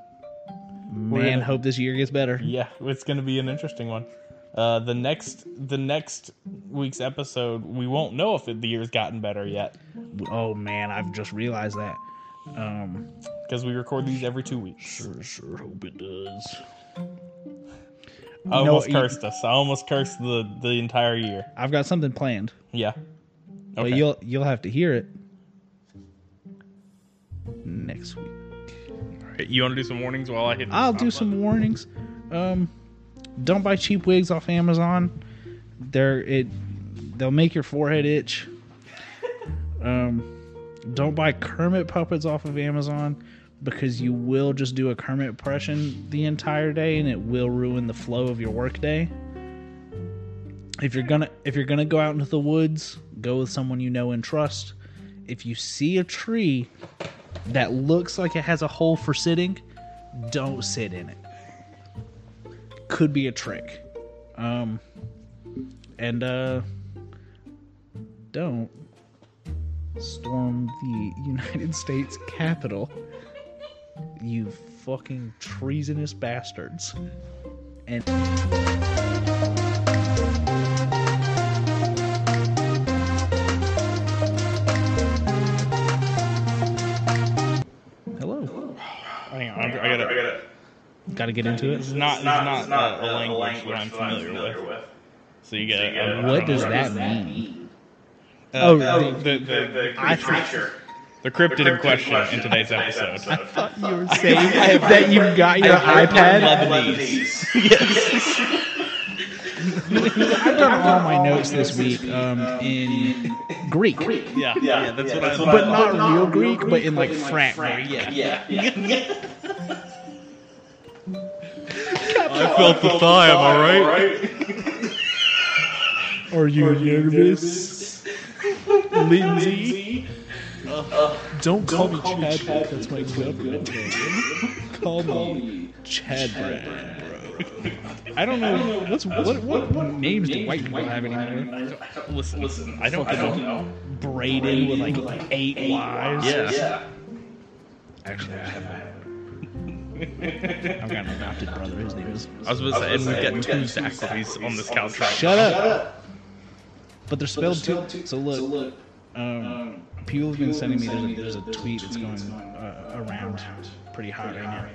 A: Man,
B: gonna-
A: hope this year gets better.
B: Yeah. It's gonna be an interesting one. Uh, the next the next week's episode, we won't know if the year's gotten better yet
A: Oh man, I've just realized that.
B: because we record these every two weeks.
A: Sure, sure hope it does.
B: I
A: know what,
B: almost
A: you-
B: cursed us. I almost cursed the the entire year.
A: I've got something planned,
B: Yeah.
A: but
B: Okay.
A: you'll you'll have to hear it next week.
B: You want to do some warnings while I hit? the
A: I'll
B: stop
A: do
B: button?
A: some warnings. Um, don't buy cheap wigs off Amazon. They're it. They'll make your forehead itch. Um, don't buy Kermit puppets off of Amazon because you will just do a Kermit impression the entire day, and it will ruin the flow of your workday. If you're gonna if you're gonna go out into the woods, go with someone you know and trust. If you see a tree that looks like it has a hole for sitting, don't sit in it. Could be a trick. Um, and uh, don't storm the United States Capitol. You fucking treasonous bastards. And. Hello.
B: Hang on. I gotta. I gotta
A: Got to get into it.
B: It's not, it's not,
C: it's not
B: uh, a language, that I'm familiar, with. So you gotta. um,
A: What does that mean?
B: Uh,
A: Oh,
B: the,
A: the-
B: the, the,
C: The
A: I
C: I
A: think-
C: creature.
B: the cryptid in
C: Cryptid
B: question in today's episode.
A: I thought you were saying that you got your
B: I- I-
A: iPad.
B: I-
C: Lebanese.
B: yes.
A: I've done all my notes this week um, in Greek,
B: Yeah, yeah,
C: Yeah,
B: that's
C: yeah,
B: what
C: that's
B: I
C: what
A: but
B: thought.
A: not real Greek, but in like frat
C: Frank,
A: Greek.
C: yeah, yeah, yeah.
D: I felt the thigh, am I right?
A: Are you nervous, Lindsay? Don't call me Chad. That's my government name. Call me Chad Brad, bro. I don't know what's what what, what names do white people have anymore?
B: Listen, listen, I don't,
D: I
B: know.
D: don't
C: No.
A: Braden with like eight Y's.
B: Yeah.
C: Yeah.
A: Actually, I have a, I've got an adopted brother. His name is.
B: I was about to say, and
C: gonna say,
B: we've got
C: we've
B: two
C: got two
B: Zachary's on this
C: Zachary's
B: couch right
A: Shut up.
C: up.
A: But they're
C: But they're
A: spelled
C: spelled
A: too.
C: two-
A: So look. Um, people have been
C: people
A: sending me
C: have been sending
A: there's a, there's a tweet that's going uh, around pretty hot right now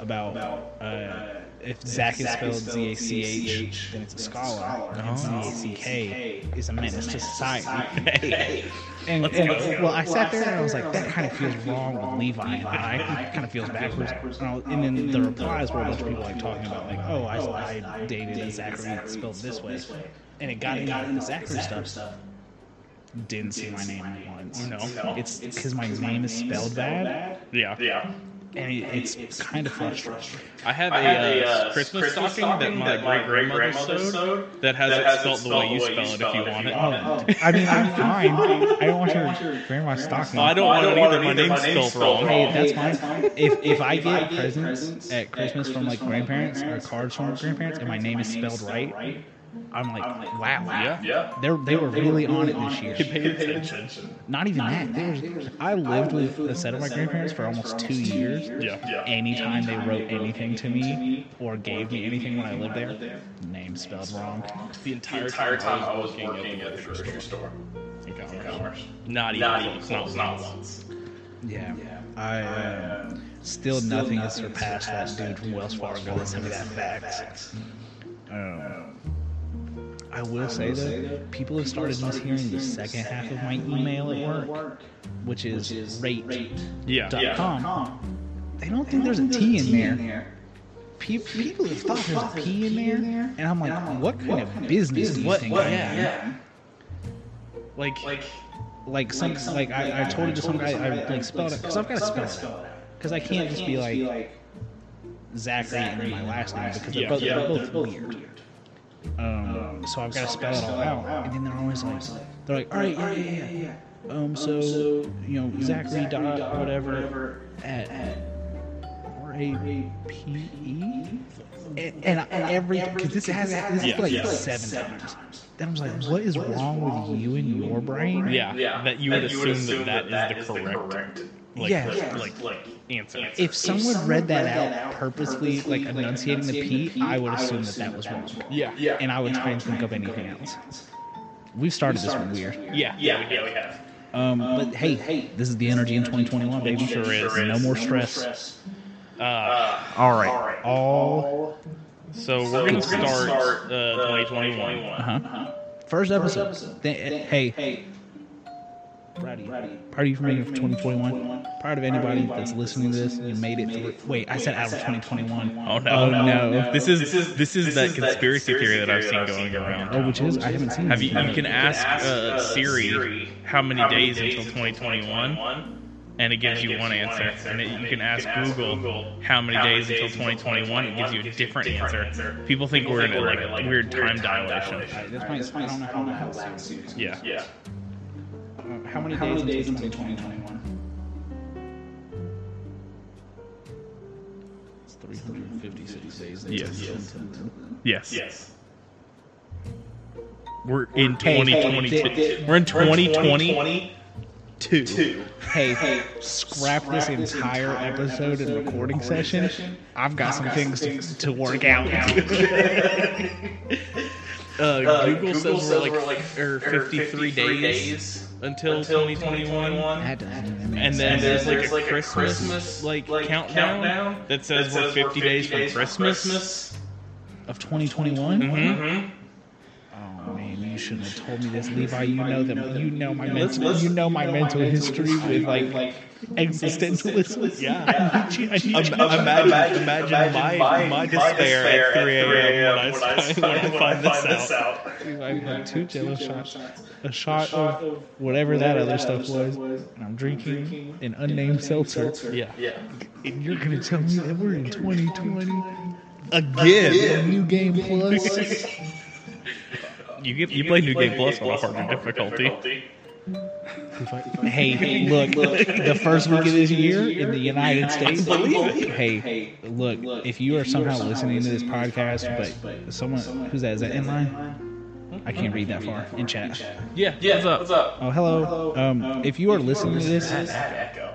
A: about uh, if Zach is spelled Z A C H, then it's a scholar, and Z A C K is a menace to society. And, and- well, I sat there and I was like, that kind of feels wrong with Levi and I. Kind of feels backwards. And, I'll- and then the replies were a bunch of people like talking about like, oh, I, I dated a Zachary that's spelled this way, and it got into like, the Zachary stuff didn't see my name once.
B: No.
A: It's because my name is spelled bad,
B: Yeah.
C: Yeah.
A: and it- it's kind of frustrating.
B: I have
C: I had
B: a
C: a
B: uh,
C: Christmas,
B: Christmas, stocking that my great
C: great
B: grandmother
C: grandmother
B: sewed
C: sewed
B: that has
C: that
B: it
C: has
B: spelled the way you spell it if you want it.
A: Oh, I mean, I'm fine. I don't want your grandma's stocking.
B: Oh, I don't
C: I
B: want it either.
C: don't want it
B: My name's
C: either. My
B: spelled
C: name's spelled
B: wrong.
A: Hey,
C: wrong.
A: that's
C: Hey, that's
A: fine.
C: fine.
A: If if I
C: I
A: get
C: get
A: presents
C: presents
A: at Christmas from like grandparents or cards from grandparents, and my name is spelled right, I'm like, wow,
B: Yeah.
C: Yeah.
A: They're, they were really on it this year.
B: Pay attention.
A: Not even that. There was, I lived with a set of my grandparents for almost two years.
B: Yeah.
C: Yeah.
A: Anytime they wrote anything to me or gave me anything when I lived there, name spelled wrong.
B: The entire,
C: The entire time I was
B: working at
C: working at the grocery store.
B: the grocery store.
C: Commerce.
B: Not even
C: Not even
B: close.
C: close. Not once.
A: Yeah. I uh, still, nothing has surpassed that dude from Wells Fargo that sent me that fax. Um, I will say though, people have started mishearing the second half of my email at work, which is rate.com.
B: Yeah.
C: Yeah.
A: They don't think there's a T in there. Pe- People have thought there's a P in there, and I'm like, what kind of business do you
B: what-
A: think
B: what-
A: I
B: yeah.
A: am?
B: Like,
C: Like,
A: Like some, like I, I told it to some guy, I like spelled it because I've got to spell it out. Because I can't just be like Zachary and then my last name because they're
B: Yeah.
A: both,
C: Yeah.
A: they're both weird. Um, so I've got to spell it all out, and then they're always like, they're like, all right, yeah, yeah, yeah. Um, so you know, Zachary dot whatever at R A P E, and, and I- every because this has this is
B: Yeah.
A: like
B: Yeah.
A: seven times. Then I was like, what is wrong with you and your brain?
B: yeah,
C: Yeah.
B: That you would assume, that, that is the correct, like,
A: Yeah.
B: like, answer.
A: If someone read that out purposely, like enunciating the P, I would assume that that was wrong,
B: yeah.
C: Yeah.
A: and I would try and think of anything else. We've started this one weird.
B: Yeah.
C: Yeah. Yeah. We have.
A: Um, but hey, this is the energy in 2021, baby.
B: It sure is.
A: No more stress.
B: Uh,
A: All right.
C: All right.
A: All
B: so we're going to
C: So we're gonna
B: start,
C: start,
B: uh, 2021.
A: uh-huh. first episode. Th- hey,
C: Hey.
A: proud of you. Proud of you for making it for 2021. Proud of anybody that's listening to this. You made it through. Wait, I said out of 2021.
B: Oh no.
A: Oh, no.
B: This is this is, that conspiracy theory that I've seen going around.
A: Oh, which is I haven't seen.
B: Have
A: this
B: you,
A: yet.
B: you can ask uh, Siri how many days until 2021, and it gives you one answer. And it, you can ask Google how many days until 2021, it gives you a different answer. People think we're in a like weird time dilation.
A: Alright, this might- I don't know how that sounds.
B: Yeah.
C: Yeah.
A: Uh, How many days until 2021? It's 356 days.
B: Yes.
A: Yes.
B: Yes.
C: Yes.
B: We're in
A: Hey, hey,
B: 2022.
A: did-
B: We're in
C: We're in
B: 2022.
C: 2022.
A: Hey, scrap, this entire, episode and recording, session. I've got some things, to, to work out.
B: Uh,
C: Uh,
B: Google says we're like
C: er,
B: er, 53 days until
C: until
B: 2021.
C: 2021.
A: That doesn't even make
B: and
A: sense.
B: then
C: And
B: there's like
C: then there's,
B: a
C: like, a
B: Christmas,
C: Christmas,
B: like,
C: like,
B: countdown,
C: countdown
B: that says we're 50, days from Christmas.
A: of 2021.
B: Mhm.
C: Mm-hmm.
A: Oh, Oh man, you shouldn't have told me this, Levi. You know that you know my
C: Let's-
A: mental
C: let's-
A: you know my mental history with like existentialism.
D: Yeah.
A: I need you. I need you.
D: Um, Imagine- imagine my- my despair at 3 a.m. when I s- when I find this
C: out.
A: I've had two jello shots, a shot of whatever that other stuff was, and I'm drinking an unnamed seltzer.
D: Yeah.
C: Yeah.
A: And you're gonna tell me that we're in 2020
D: Again.
A: with New Game Plus?
D: You get you, play New Game Plus on a harder difficulty.
A: Hey, look, the first week of this year in the United States. Hey, look, if you are somehow listening to this podcast, but someone who's that? Is that inline? I can't read that far in chat.
B: Yeah,
C: Yeah.
B: what's up?
C: What's up?
A: Oh, hello. Um, if you are listening to this,
C: That echo.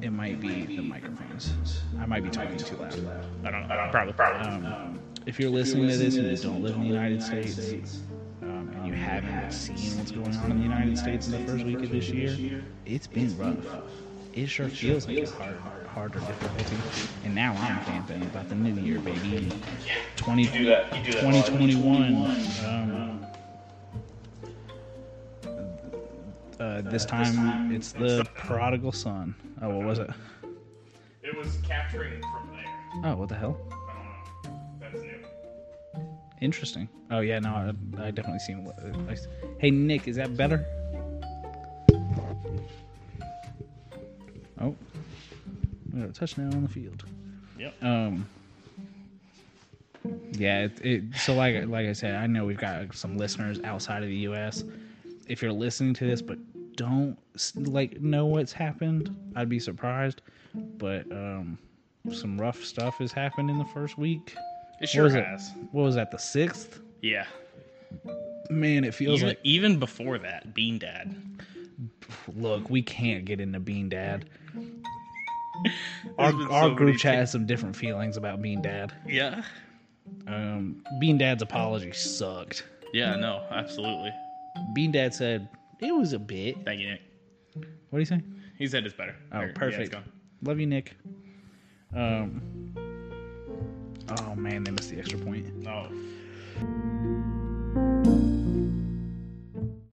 A: it might be the microphones. I might be talking too loud.
B: I don't know. Probably. Probably.
A: Um, if you're listening to this and you don't live in the United States, um, and you haven't seen what's going on in the United States in the first week of this year, it's been rough. It sure feels like a hard, harder difficulty. And now I'm thinking about the new year, baby. 20,
C: You do that. You do that. a lot.
A: 2021. Um, uh, this time it's the prodigal son. Oh, what was it?
B: It was capturing from there.
A: Oh, what the hell?
B: That's new.
A: Interesting. Oh yeah, no, I, I definitely seen. what- uh, I s- Hey Nick, is that better? Oh, we got a touchdown on the field.
B: Yep.
A: Um. Yeah, it, it, so like like I said, I know we've got some listeners outside of the U.S. If you're listening to this, but don't s- like know what's happened, I'd be surprised. But um, some rough stuff has happened in the first week.
B: It sure
A: was it?
B: has.
A: What was that? The sixth?
B: Yeah.
A: Man, it feels
B: Even,
A: like
B: even before that, Bean Dad.
A: look, we can't get into Bean Dad.
B: There's
A: Our,
B: been so
A: our
B: many
A: group chat has some different feelings about Bean Dad.
B: Yeah.
A: Um, Bean Dad's apology sucked.
B: Yeah. No. Absolutely.
A: Bean Dad said it was a bit.
B: Thank you, Nick.
A: What do you say?
B: He said it's better.
A: Oh,
B: There, yeah, it's
A: perfect.
B: gone.
A: Love you, Nick. oh, Um. Oh man, they missed the extra point.
B: Oh.